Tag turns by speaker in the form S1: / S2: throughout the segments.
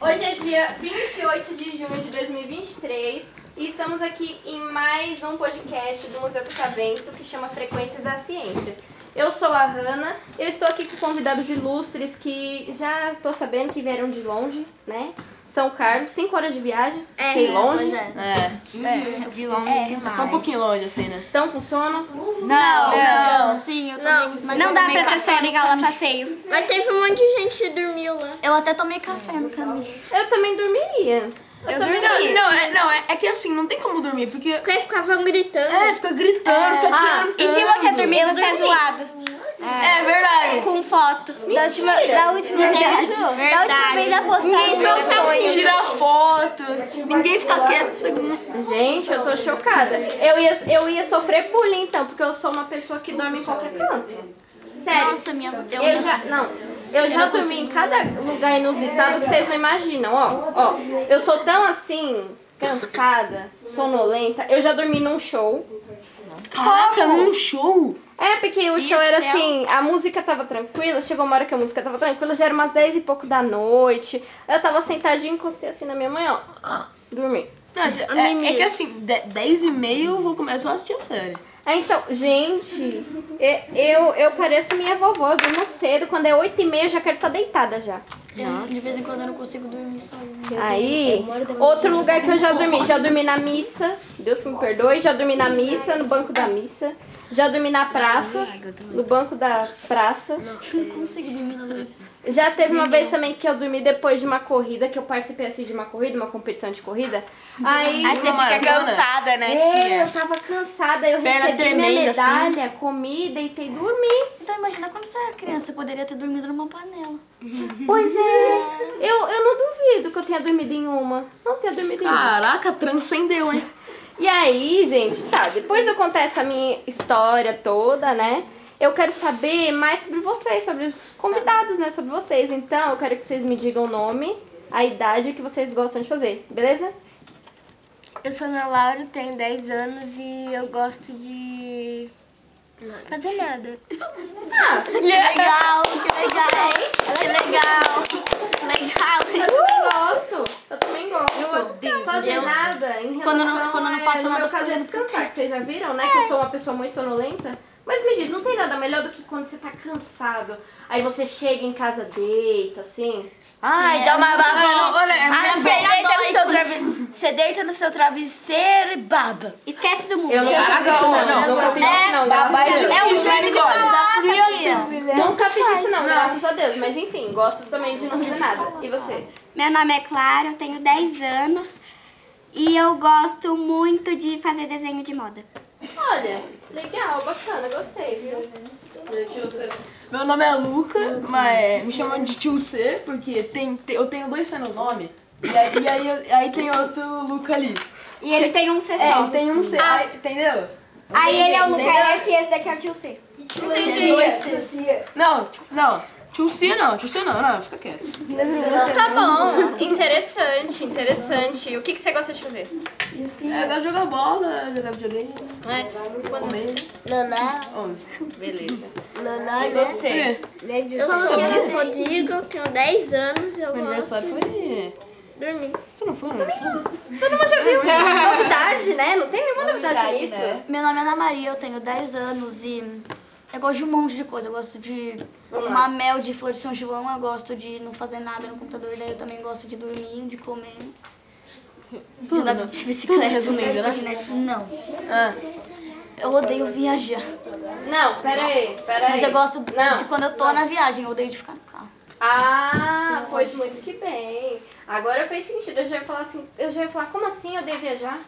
S1: Hoje é dia 28 de junho de 2023 e estamos aqui em mais um podcast do Museu do Catavento que chama Frequências da Ciência. Eu sou a Hanna, eu estou aqui com convidados ilustres que já estou sabendo que vieram de longe, né? São Carlos, 5 horas de viagem,
S2: É,
S1: achei longe,
S3: é.
S4: É, de longe demais.
S5: Uhum. Só um pouquinho longe, assim, né?
S1: estão com sono.
S4: Não, não.
S2: Sim, eu
S4: Não,
S2: também.
S4: dá pra ter sono igual a passeio.
S2: Mas teve um monte de gente que dormiu lá. Eu até tomei café no caminho.
S1: Eu também dormiria. Eu, também
S5: Não, não, é, não, é, é que assim, não tem como dormir, porque.
S2: Porque ficavam gritando.
S5: É, fica gritando, fica cantando.
S4: Ah, E se você dormir, você é zoado.
S5: É verdade.
S4: Com foto. Da última, da última vez. Da última vez da postagem.
S5: Tira foto, ninguém fica quieto é segundo.
S1: Gente, eu tô chocada. Eu ia, eu ia sofrer bullying então, porque eu sou uma pessoa que dorme em qualquer canto. Sério.
S2: Nossa, minha. Eu,
S1: Eu já, não, eu já dormi em cada lugar inusitado que vocês não imaginam, ó, ó. Eu sou tão assim, cansada, sonolenta. Eu já dormi num show.
S5: Caraca, num show?
S1: É, porque o show era assim, a música tava tranquila, chegou uma hora que a música tava tranquila, já era umas 10 e pouco da noite. Eu tava sentadinha, encostei assim na minha mãe, ó, dormi.
S5: Não, é, é que assim, de- 10 e meia eu vou começar a assistir a série.
S1: Ah, então, gente, e- eu, eu pareço minha vovó, eu durmo cedo, quando é 8 e meia eu já quero estar deitada já.
S2: eu- de vez em quando eu não consigo dormir sozinha.
S1: Aí, outro lugar que eu já dormi, já dormi na missa, Deus que me perdoe, já dormi na missa, no banco da missa, já dormi na praça, no banco da praça.
S2: Não consigo dormir na luz.
S1: Já teve uma vez também que eu dormi depois de uma corrida, que eu participei assim de uma corrida, uma competição de corrida. Aí,
S4: Aí você fica cansada, né,
S1: é, eu
S4: tia?
S1: tava cansada, eu
S5: Perna
S1: recebi minha
S5: tremenda, assim.
S1: medalha, comi, deitei e dormi.
S2: Então imagina quando você era criança, você poderia ter dormido numa panela.
S1: Pois é, eu, eu não duvido que eu tenha dormido em uma. Não tenha dormido em
S4: Ah,
S1: uma.
S5: Caraca, transcendeu, hein?
S1: E aí, gente, tá, depois eu contar essa minha história toda, né? Eu quero saber mais sobre vocês, sobre os convidados, né? Sobre vocês. Então, eu quero que vocês me digam o nome, a idade e o que vocês gostam de fazer, beleza?
S6: Eu sou Ana Laura, tenho 10 anos e eu gosto de fazer nada.
S2: Ah, Legal, que legal. Que legal.
S1: Eu
S2: Legal.
S1: também gosto. Eu também gosto. Eu odeio fazer nada em relação
S2: Quando eu não- quando eu não
S1: a-
S2: faço
S1: no
S2: nada,
S1: meu
S2: eu fico
S1: caso é
S2: olhando
S1: descansar, que vocês já viram, né? Que eu sou uma pessoa muito sonolenta. Mas me diz, não tem nada melhor do que quando você tá cansado. Aí você chega em casa, deita, assim.
S4: Ai, dá uma
S5: Ah, olha, é
S4: Ah,
S5: minha
S4: você
S5: avó.
S4: deita, no seu trave... você deita no seu travesseiro e baba.
S2: Esquece do mundo.
S1: Eu não
S5: Caraca,
S1: fiz isso, não.
S5: não, não.
S1: Nunca fiz isso, não. graças a Deus.
S5: É um jeito de falar.
S1: Nunca fiz isso, não, graças a Deus. Mas enfim, gosto também de não fazer nada. E você?
S7: Meu nome é Clara, eu tenho 10 anos e eu gosto muito de fazer desenho de moda.
S1: Olha, legal, bacana, gostei, viu?
S5: Meu nome é Luca, mas me chamam de tio C, porque tem, te- eu tenho dois C no nome. E aí, e aí, eu- aí tem outro Luca ali.
S7: E ele tem um C
S5: É,
S7: só.
S5: tem um C, aí- entendeu?
S7: Aí ele é o Luca
S5: Entendeu?
S7: F e esse daqui é o tio C.
S5: Não, tio- não. Tio C não, tio C não, não, fica quieto.
S1: Tá bom, interessante, interessante. O que, que você gosta de fazer?
S5: É, eu gosto de jogar bola, jogar videogame.
S1: Né?
S5: Comer.
S2: Naná.
S5: 11.
S1: Beleza.
S2: Naná, e você?
S6: Eu sou Ana Rodrigo, tenho 10 anos e eu
S5: Meu
S6: gosto
S5: aniversário foi.
S6: de dormir.
S5: Você não foi, não?
S1: Novidade, né? Não tem nenhuma novidade nisso.
S2: Meu nome é Ana Maria, eu tenho 10 anos e eu gosto de um monte de coisa. Eu gosto de
S1: Vamos lá.
S2: tomar mel de flor de São João, eu gosto de não fazer nada no computador, daí eu também gosto de dormir, de comer. De andar de bicicleta,
S5: né? Tudo resumindo,
S2: de
S5: né?
S2: patinete. Não.
S5: Ah.
S2: Eu odeio viajar.
S1: Não, peraí, peraí.
S2: Mas eu gosto
S1: Não.
S2: de quando eu tô na viagem, eu odeio de ficar no carro.
S1: Ah, pois muito que bem. Agora fez sentido, eu já ia falar assim, eu já ia falar, como assim eu devo viajar?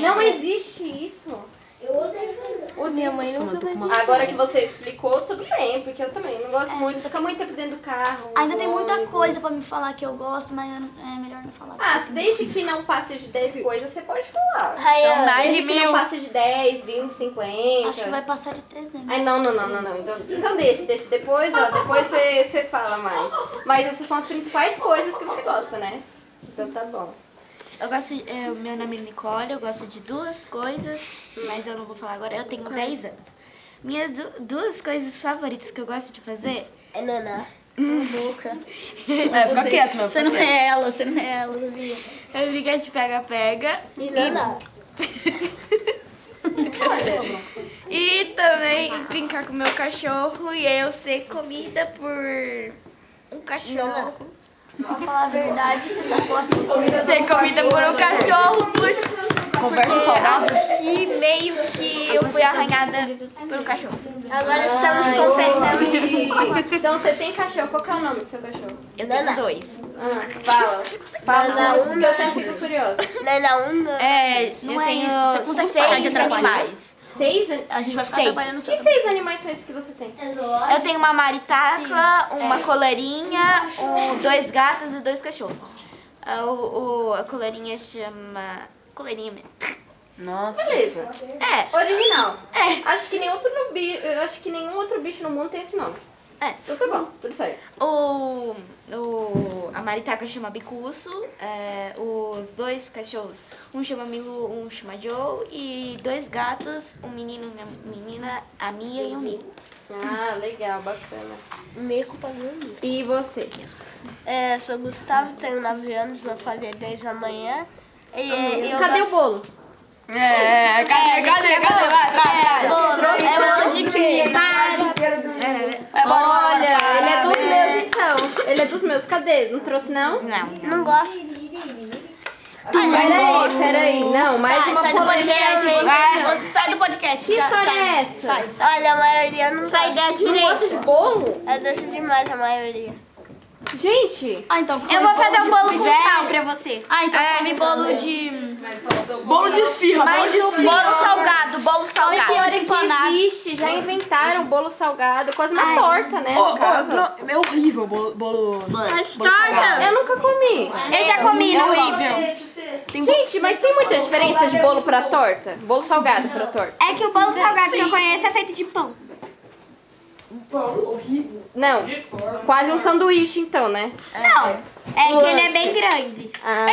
S1: Não existe isso.
S6: Minha mãe nunca
S5: tá
S6: vai me
S1: Agora que você explicou, tudo bem, porque eu também não gosto muito, fica muito tempo dentro do carro.
S2: Ainda
S1: no
S2: tem muita
S1: ônibus.
S2: coisa pra me falar que eu gosto, mas é melhor não falar.
S1: Ah, se desde que não passe de 10 coisas, você pode falar.
S2: Ai,
S4: mais
S1: desde
S4: de
S1: que
S4: mil.
S1: não passe de 10, 20, 50.
S2: acho que vai passar de 300.
S1: Ai, não, não, não, não, não. Então, então deixa, deixa depois, ó. Depois você você fala mais. Mas essas são as principais coisas que você gosta, né? Então tá bom.
S3: Eu gosto. eu- meu nome é Nicole, eu gosto de duas coisas, mas eu não vou falar agora. Eu tenho 10 anos. Minhas du- duas coisas favoritas que eu gosto de fazer
S6: É Naná.
S5: É, fica quieto, meu.
S2: Você não é ela, você não é ela, sabia?
S3: é brigar de pega-pega
S6: E Naná.
S3: e também brincar com meu cachorro e eu ser comida por um cachorro.
S2: Pra falar a verdade, você não gosta de comida.
S3: Ser comida por um cachorro por
S5: Conversa saudável.
S3: que meio que eu fui arranhada por um cachorro.
S6: Agora estamos confessando.
S1: Então você tem cachorro, qual que é o nome do seu cachorro?
S3: Eu tenho dois.
S1: Ah, fala. Fala, porque eu sempre fico curiosa.
S6: Naná, um Naná.
S3: É,
S2: Não
S3: eu
S2: é
S3: tenho
S2: isso, você consegue
S3: seis
S2: parar de atrapalhar?
S3: animais.
S1: Seis an-
S2: A gente vai ficar
S3: Seis.
S2: atrapalhando o seu
S1: Que
S2: também.
S1: seis animais são esses que você tem?
S3: Eu tenho uma maritaca, uma coleirinha, um- dois gatos e dois cachorros. Ah, o- o- a coleirinha chama. Coleirinha mesmo.
S5: Nossa.
S1: Beleza.
S3: É,
S1: Original. É. Acho que, nenhum outro bi... eu acho que nenhum outro bicho no mundo tem esse nome.
S3: É.
S1: Então tá bom, tudo certo.
S3: o, o, a maritaca chama Bicuço, é, os dois cachorros, um chama Milu, um chama Joe, e dois gatos, um menino, uma menina, a Mia e um o Nico.
S1: Ah, legal, bacana.
S6: Meio culpa minha.
S1: E você?
S6: É, sou Gustavo, tenho 9 anos, vou fazer 10 amanhã. E é, eu
S1: Cadê
S6: gosto-
S1: o bolo?
S5: É, cadê, cadê, cadê? Vai, vai, vai.
S2: É hoje que
S5: Vai, É, bora, bora,
S1: Olha,
S5: bora.
S1: ele é dos meus então. Ele é dos meus, cadê? Não trouxe não?
S6: não gosto.
S1: Peraí, peraí. Não, mais uma
S2: Sai do podcast,
S1: polêmica.
S3: É.
S2: você. Sai do podcast.
S1: Que
S2: já-
S1: história
S2: sai.
S1: é essa?
S2: Sai, sai.
S6: Olha, a maioria não
S2: Sai
S6: gosta.
S2: da
S1: Não gosta de
S2: direita.
S1: bolo?
S6: É doce demais a maioria.
S1: Gente,
S2: Ah, então. come
S7: Eu vou fazer um
S2: de
S7: bolo com
S2: miséria.
S7: sal pra você.
S2: Ah, então come bolo de.
S5: Bolo de esfirra, um bolo de esfirra.
S3: Bolo salgado, bolo
S2: Come
S3: salgado.
S2: pior
S1: é que
S2: empanado.
S1: existe, já inventaram o bolo salgado, quase uma torta, né?
S5: Ô,
S1: no caso.
S5: ô, não, é horrível o bolo, bolo, bolo salgado.
S1: Eu nunca comi.
S7: Eu já comi,
S5: É
S7: não gosto.
S5: horrível.
S1: Gente, mas tem muita diferença de bolo pra torta? Bolo salgado pra torta?
S7: É que o bolo salgado que eu conheço é feito de pão.
S1: Não. Quase um sanduíche, então, né?
S7: Não, é que ele é bem grande.
S1: Ah,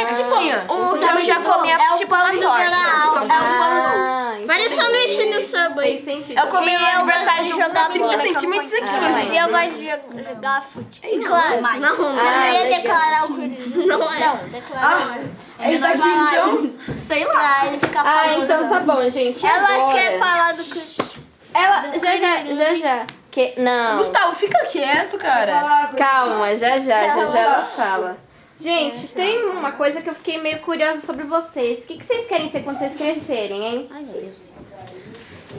S3: Um então eu já comi a tipo uma torta.
S6: então tá
S1: ah
S6: Olha o sanduíche do
S1: tem
S6: Subway.
S1: sentido.
S3: Eu comi no aniversário de um
S6: jogar
S5: 30 centímetros
S3: né,
S5: aqui, meu
S6: E eu gosto de jo- jogar futebol. Claro, não,
S1: Ah,
S6: eu ia
S1: legal.
S6: declarar o Corinthians. Não, não, declarar.
S5: É isso aqui, então.
S6: Sei lá, ele fica
S1: Ah,
S6: falando.
S1: então tá bom, gente.
S6: Ela
S1: Agora-
S6: quer falar do Corinthians.
S1: Ela, já, já, já, já. Que, não.
S5: Gustavo, fica quieto, cara.
S1: Calma, já já, já já ela fala. Gente, tem uma coisa que eu fiquei meio curiosa sobre vocês. O que, que vocês querem ser quando vocês crescerem, hein? Ai,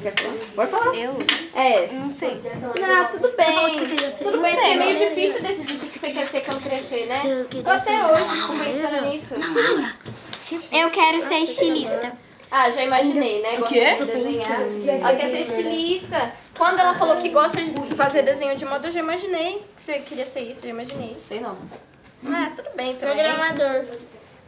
S1: meu Deus. Pode falar? Eu? É. Não sei. Não, tudo bem. Tudo bem, porque é meio difícil decidir o que você quer ser quando crescer, né? Tô até hoje fico pensando nisso.
S7: Eu quero ser estilista.
S1: Ah, já imaginei, né? Gosta
S5: quê?
S1: de desenhar. Ela quer ser estilista. Quando ela falou que gosta de fazer desenho de moda, eu já imaginei que você queria ser isso, já imaginei.
S5: Sei não.
S1: Ah, tudo bem também. Programador.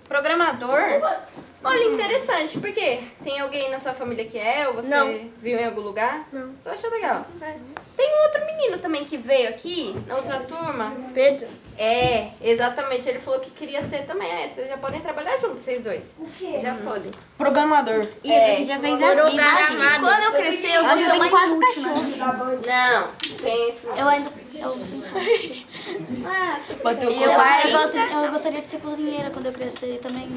S1: Programador? Olha, interessante, por quê? Tem alguém na sua família que é? Ou você viu em algum lugar? Não. Eu acho legal. É. Tem um outro menino também que veio aqui, na outra turma. Pedro? É, exatamente. Ele falou que queria ser também. É, vocês já podem trabalhar juntos, vocês dois. O quê? Já podem.
S5: Programador.
S1: É.
S7: Já fez a vida.
S2: Quando eu crescer, eu vou ser uma inútil, né?
S1: Não, tem esse.
S2: Eu ainda. Eu não sei.
S1: Ah,
S5: Bateu
S2: Eu,
S5: o
S2: eu, gosto, eu gostaria de ser cozinheira quando eu crescer também.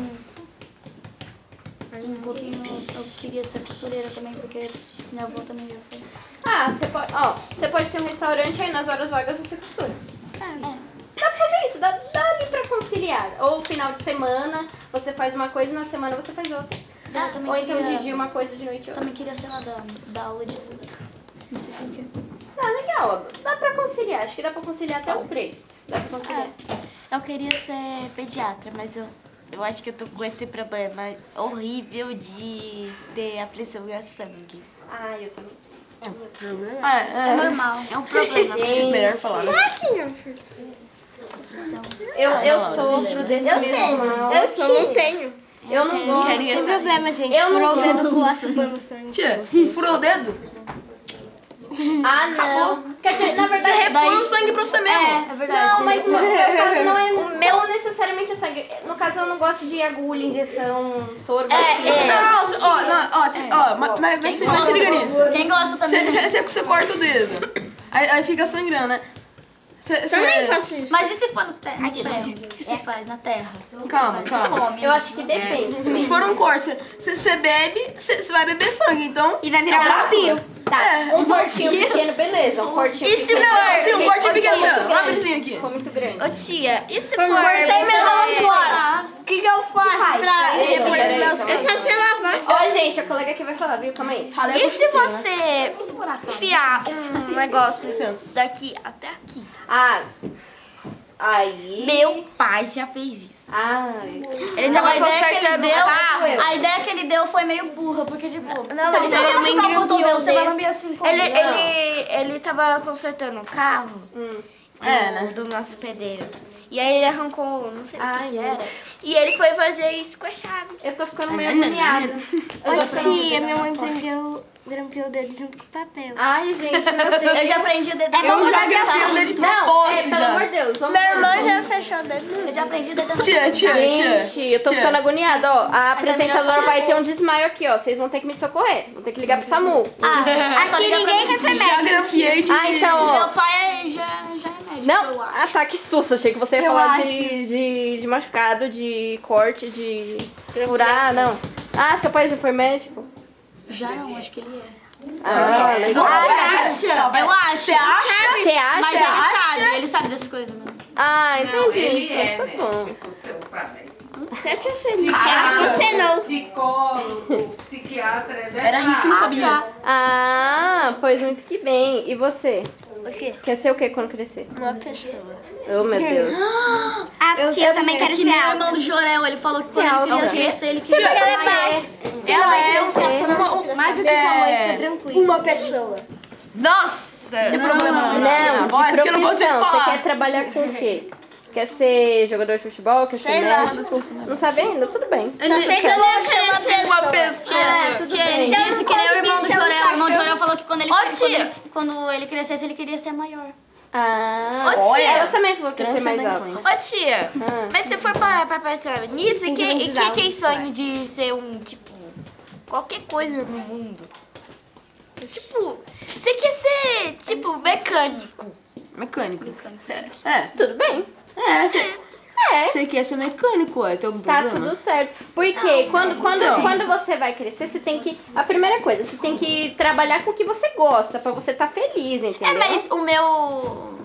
S2: Um pouquinho. Eu queria ser costureira também, porque minha avó também já foi.
S1: Ah, você pode. Ó, você pode ter um restaurante aí nas horas vagas você costura. É. Dá pra fazer isso, dá, dá ali pra conciliar. Ou final de semana, você faz uma coisa e na semana você faz outra.
S2: Eu também
S1: Ou então de
S2: queria-
S1: dia uma coisa, de noite outra.
S2: Também queria, sei lá, dar, dar aula de luta. Não sei por quê.
S1: Ah, legal. Dá pra conciliar. Acho que dá pra conciliar até os três. Dá pra conciliar.
S3: Eu queria ser pediatra, mas eu, eu acho que eu tô com esse problema horrível de ter aflição a sangue.
S1: Ah, eu também.
S2: É normal.
S3: É um problema.
S5: Melhor falar, né?
S1: Eu, eu sofro desse eu mesmo mal. Eu,
S6: não tenho.
S1: não gosto.
S6: Tem problema, gente.
S1: Eu não
S6: Furou o
S1: gosto.
S6: dedo com ácido no sangue.
S5: Tia, furou o dedo?
S1: Ah, não. Quer dizer, na verdade. Você
S5: Põe o sangue pra você mesmo.
S2: É verdade.
S1: Não, mas no meu caso não é o meu necessariamente é sangue. No caso, eu não gosto de agulha, injeção, assim, sorvete.
S5: Não, não, não, ó, não, ó, se- ó, mas, mas, mas, se- mas se liga nisso.
S2: Quem gosta também.
S5: Você- Você você corta o dedo, aí, aí fica sangrando, né? Você, você...
S6: Também faço isso.
S2: Mas e se for no, te... no ferro? O que você
S6: É.
S2: faz na terra?
S5: Calma, calma.
S2: Come.
S1: Eu acho que depende.
S5: Se for um corte, você- você, você bebe, você, você vai beber sangue, então...
S7: E vai virar um vampiro.
S1: Tá, um cortinho pequeno, beleza. Um cortinho
S3: E se
S1: pequeno.
S3: não,
S5: É. se um corte
S1: Foi
S5: pequeno,
S1: muito
S5: assim, ó,
S1: grande.
S5: abrezinho aqui.
S1: Foi muito grande. É, tá.
S3: Ô tia, e se for...
S1: Cortei meu nome fora.
S2: O que, que eu faço pra
S1: Peraí,
S2: ele?
S1: peraí, calma
S6: Eu
S1: aí.
S6: só sei lavar.
S1: Ó, gente, a colega aqui vai falar, viu? Calma aí.
S3: E se você enfiar um negócio daqui até aqui?
S1: Ah. Aí.
S3: Meu pai já fez isso.
S1: Ai.
S3: é Ele tava
S2: a ideia que ele
S3: consertando o
S2: deu-
S3: carro.
S2: A ideia que ele deu foi meio burra, porque tipo...
S3: Não,
S2: se você
S3: não,
S2: machucar o cotovelo, você vai lamber assim como?
S3: Ele,
S1: Não.
S3: ele, ele tava consertando o carro
S1: Hum.
S3: do,
S2: É, né?
S3: do nosso pedreiro. E aí ele arrancou, não sei o
S1: Ai,
S3: que que era. E ele foi fazer isso com a chave.
S1: Eu tô ficando meio agoniada. Eu tô
S6: Hoje
S1: ficando...
S6: tia, minha mãe prendeu, grampeou o dedo junto com o papel.
S1: Ai, gente, meu Deus.
S2: Eu já aprendi o dedo.
S7: É bom
S5: Já
S7: mudar de
S5: gastei o
S7: assunto.
S5: dedo de
S1: Não, é,
S5: propósito,
S1: pelo amor
S5: já.
S1: de Deus. Vamos
S6: Minha irmã já fechou o dedo.
S2: Eu já aprendi o dedo.
S5: Tia, tia, tia.
S1: Gente, eu tô ficando agoniada, ó. A apresentadora
S2: melhor.
S1: vai ter um desmaio aqui, ó. Vocês vão ter que me socorrer. Vão ter que ligar pro SAMU.
S2: Ah, só
S7: Aqui
S2: ligar pra
S7: ninguém
S2: mim.
S7: quer ser
S5: Já
S7: médico.
S5: grampeei de...
S1: Ah, então, ó.
S2: Meu pai já, já é médico,
S1: Não,
S2: eu acho.
S1: ah tá, que susto. Achei que você ia
S2: Eu
S1: falar
S2: acho.
S1: de, de, de machucado, de corte, de furar, não. Ah, seu pai já foi médico?
S2: Já não, acho que ele é.
S1: Ah, legal.
S5: Não, vai-
S2: Eu acho.
S1: Você acha?
S2: Mas ele sabe, ele sabe dessas coisas, né?
S1: Ah, entendi.
S8: Não, ele é,
S1: Então
S8: né?
S1: tá bom.
S8: Tipo, seu pai.
S6: Até tinha sido.
S8: você não. Psicólogo, psiquiatra, é dessa
S5: Era rico, não sabia.
S1: Ah, pois muito que bem. E você?
S6: O quê?
S1: Quer ser o que quando crescer?
S6: Uma pessoa.
S1: Oh, meu Deus.
S7: Ah, tia, eu também quero
S2: Que
S7: ser
S2: nem o
S7: alta.
S2: irmão do Jorel, ele falou que quando ele queria crescer, ele queria...
S5: é Ela é uma... uma-
S6: Mais do que sua mãe, fica tranquilo. Uma pessoa.
S5: Nossa! Não tem problema não.
S1: Não, de
S5: Voz que eu não consigo
S1: profissão. Você quer
S5: falar.
S1: trabalhar com o quê? Quer ser jogador de futebol? Quer ser médico? Não sabe ainda? Tudo bem.
S2: Não sei se eu queria ser uma
S1: É,
S2: pessoa.
S1: tudo
S2: Tia,
S1: bem.
S2: ele disse que nem o irmão do
S6: consigo ser um
S2: Jorel. O irmão do
S6: cachorro.
S2: Jorel falou que quando ele,
S5: Ó,
S2: quando
S5: tia.
S2: ele, quando ele crescesse, ele queria ser maior.
S1: Ah,
S5: Olha. é
S1: ela também falou que ia ser mais alta.
S5: Transcendências.
S3: Ô tia,
S1: Ah.
S3: mas se for parar pra pensar nisso, e quem, e quem
S2: né?
S3: tem sonho de ser um, tipo, qualquer coisa no mundo? Tipo, você quer ser, tipo, mecânico.
S5: Mecânico. É,
S1: Tudo bem.
S5: é, você... Você quer ser mecânico, é? Tem algum
S1: Tá
S5: problema?
S1: tudo certo. Porque quando, quando,
S5: Então.
S1: quando você vai crescer, você tem que. A primeira coisa, você tem que trabalhar com o que você gosta, pra você estar feliz, entendeu?
S3: É, mas o meu...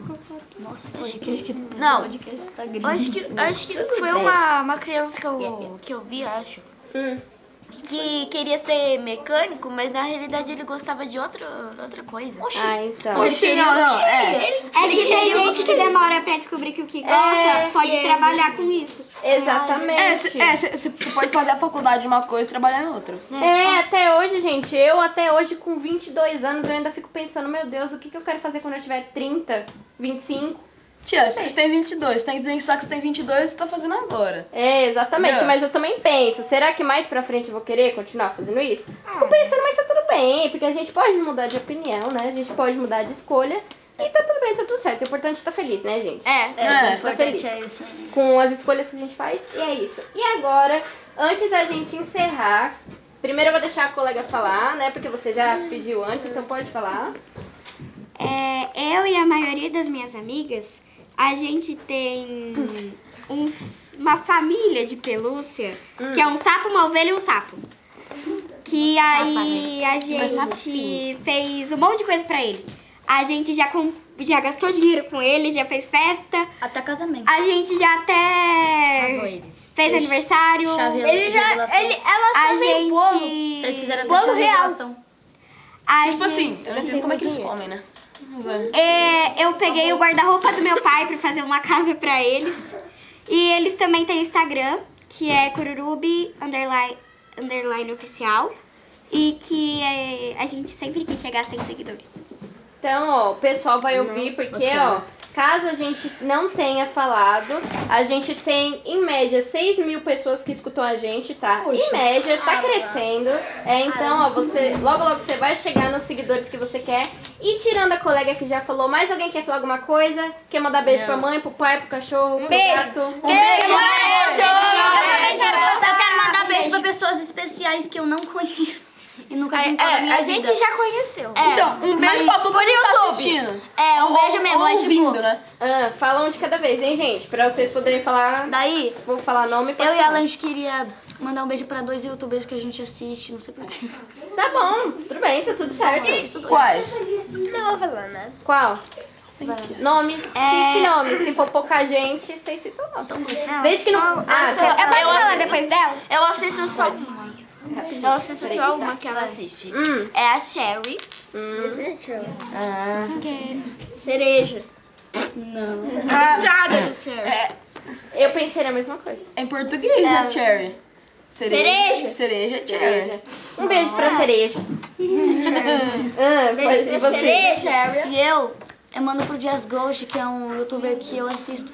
S2: Nossa, acho que, acho que
S3: Não.
S2: esse podcast tá
S3: Eu
S2: gringo.
S3: acho que, eu acho que foi uma, uma criança que eu, que eu vi, acho.
S1: Hum.
S3: Que queria ser mecânico, mas na realidade ele gostava de outra, outra coisa.
S1: Ah, então.
S5: Oxi, não, não, é.
S7: É que tem gente que demora pra descobrir que o que gosta
S1: É,
S7: pode trabalhar com isso.
S1: Exatamente.
S5: É, cê- é, cê- cê- você pode fazer a faculdade de uma coisa e trabalhar em outra.
S1: É, até hoje, gente, eu até hoje com 22 anos, eu ainda fico pensando, meu Deus, o que, que eu quero fazer quando eu tiver 30, 25?
S5: Tia, você tem 22, tem que pensar que você tem 22 e você tá fazendo agora.
S1: É, exatamente,
S5: Não.
S1: mas eu também penso, será que mais pra frente eu vou querer continuar fazendo isso? Fico pensando, mas tá tudo bem, porque a gente pode mudar de opinião, né? A gente pode mudar de escolha e tá tudo bem, tá tudo certo. O importante é tá feliz, né, gente?
S3: É,
S2: É, o
S5: É,
S2: importante é isso. né?
S1: Com as escolhas que a gente faz, e é isso. E agora, antes da gente encerrar, primeiro eu vou deixar a colega falar, né? Porque você já pediu antes, então pode falar.
S7: É, eu e a maioria das minhas amigas, a gente tem uns- uma família de pelúcia,
S2: Hum.
S7: que é um sapo, uma ovelha e um sapo. Que aí a gente fez um monte de coisa pra ele. A gente já, com- já gastou dinheiro com ele, já fez festa,
S2: Até casamento.
S7: a gente já
S2: Casou
S7: até
S2: eles.
S7: fez aniversário.
S2: Chave
S6: Ele já. Ele, elas
S7: A
S6: fazem bolo.
S7: gente.
S2: Vocês fizeram
S6: Bolo
S2: até chave
S6: real.
S2: revelação.
S7: a
S5: Tipo assim,
S7: gente-
S5: eu não entendo como é que eles comem, né?
S7: É, eu peguei o guarda-roupa do meu pai pra fazer uma casa pra eles. E eles também têm Instagram, que é cururubi underline, underline oficial. E que é, a gente sempre quis chegar a 100 seguidores.
S1: Então, ó, o pessoal vai ouvir porque, ó, Caso a gente não tenha falado, a gente tem em média 6 mil pessoas que escutam a gente, tá? Em média, tá crescendo. É, então, ó, você. Logo, logo você vai chegar nos seguidores que você quer. E tirando a colega que já falou, mais alguém quer falar alguma coisa? Quer mandar beijo pra mãe, pro pai, pro cachorro, pro gato?
S2: Eu quero mandar beijo pra pessoas especiais que eu não conheço. E nunca vi em toda a minha
S3: É, a
S2: vida.
S3: gente já conheceu.
S2: É,
S5: Então, um beijo pra todo mundo que tá assistindo.
S2: É, um beijo mesmo,
S5: Ou
S2: mas tipo...
S5: ouvindo, né?
S1: Ah, fala um de cada vez, hein, gente? Pra vocês poderem falar.
S2: Daí,
S1: Vou falar nome
S2: eu e
S1: passar.
S2: a Lange queria mandar um beijo pra dois youtubers que a gente assiste, não sei porquê.
S1: Tá bom, tudo bem, tá tudo certo.
S5: Quais?
S1: Qual?
S2: É.
S1: Nome, cite nome. Se for pouca gente, vocês citam nome. Desde que não. Ah, quer-
S2: é-
S7: Eu posso falar depois dela?
S3: Eu assisto só uma. Eu assisto só uma que ela assiste.
S1: Hum.
S3: É a Sherry. Ah.
S1: Eu pensei na mesma coisa.
S5: É em português, né, Cherry? Cereja. Cereja é Cherry.
S1: Cereja. Um beijo
S2: é.
S1: pra cereja. ah, pode- e você?
S2: E eu, eu mando pro Dias Ghost, que é um youtuber que eu assisto.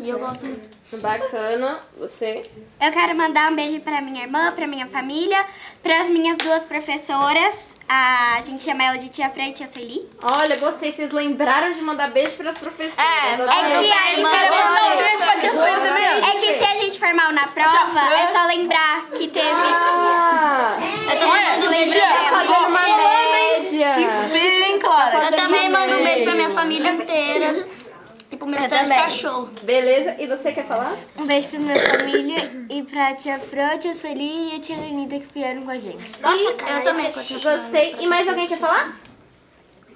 S2: E eu gosto muito.
S1: Bacana. Você?
S7: Eu quero mandar um beijo pra minha irmã, pra minha família, pras minhas duas professoras. A gente chama ela de Tia Fran e Tia Sueli.
S1: Olha, gostei. Vocês lembraram de mandar beijo pras professoras.
S7: É
S1: Adorei.
S7: que aí, se eu- é que se a gente for mal na prova, é só lembrar que teve.
S1: Ah,
S2: Eu também mando um beijo pra
S1: média.
S5: Feio, hein, Clara?
S2: Eu também mando um beijo pra minha família inteira. E pro meu de cachorro.
S1: Beleza. E você quer falar?
S6: Um beijo pra minha família e pra tia Fran, tia Sueli e a tia Lenita que vieram com a gente.
S2: Nossa, eu também.
S1: Gostei. E mais alguém quer falar?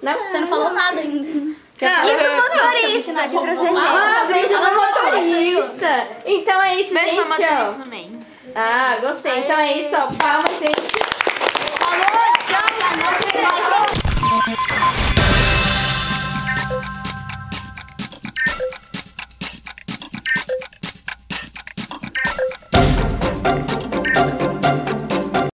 S1: Não? Você não falou nada ainda.
S6: E pro motorista que trouxe a gente.
S1: Ah, beijo no motorista. Então é isso,
S3: Beijo pra
S1: gente.
S3: Matheus
S1: ó.
S3: no meio.
S1: Ah, gostei. Então é isso, ó. Palmas, gente.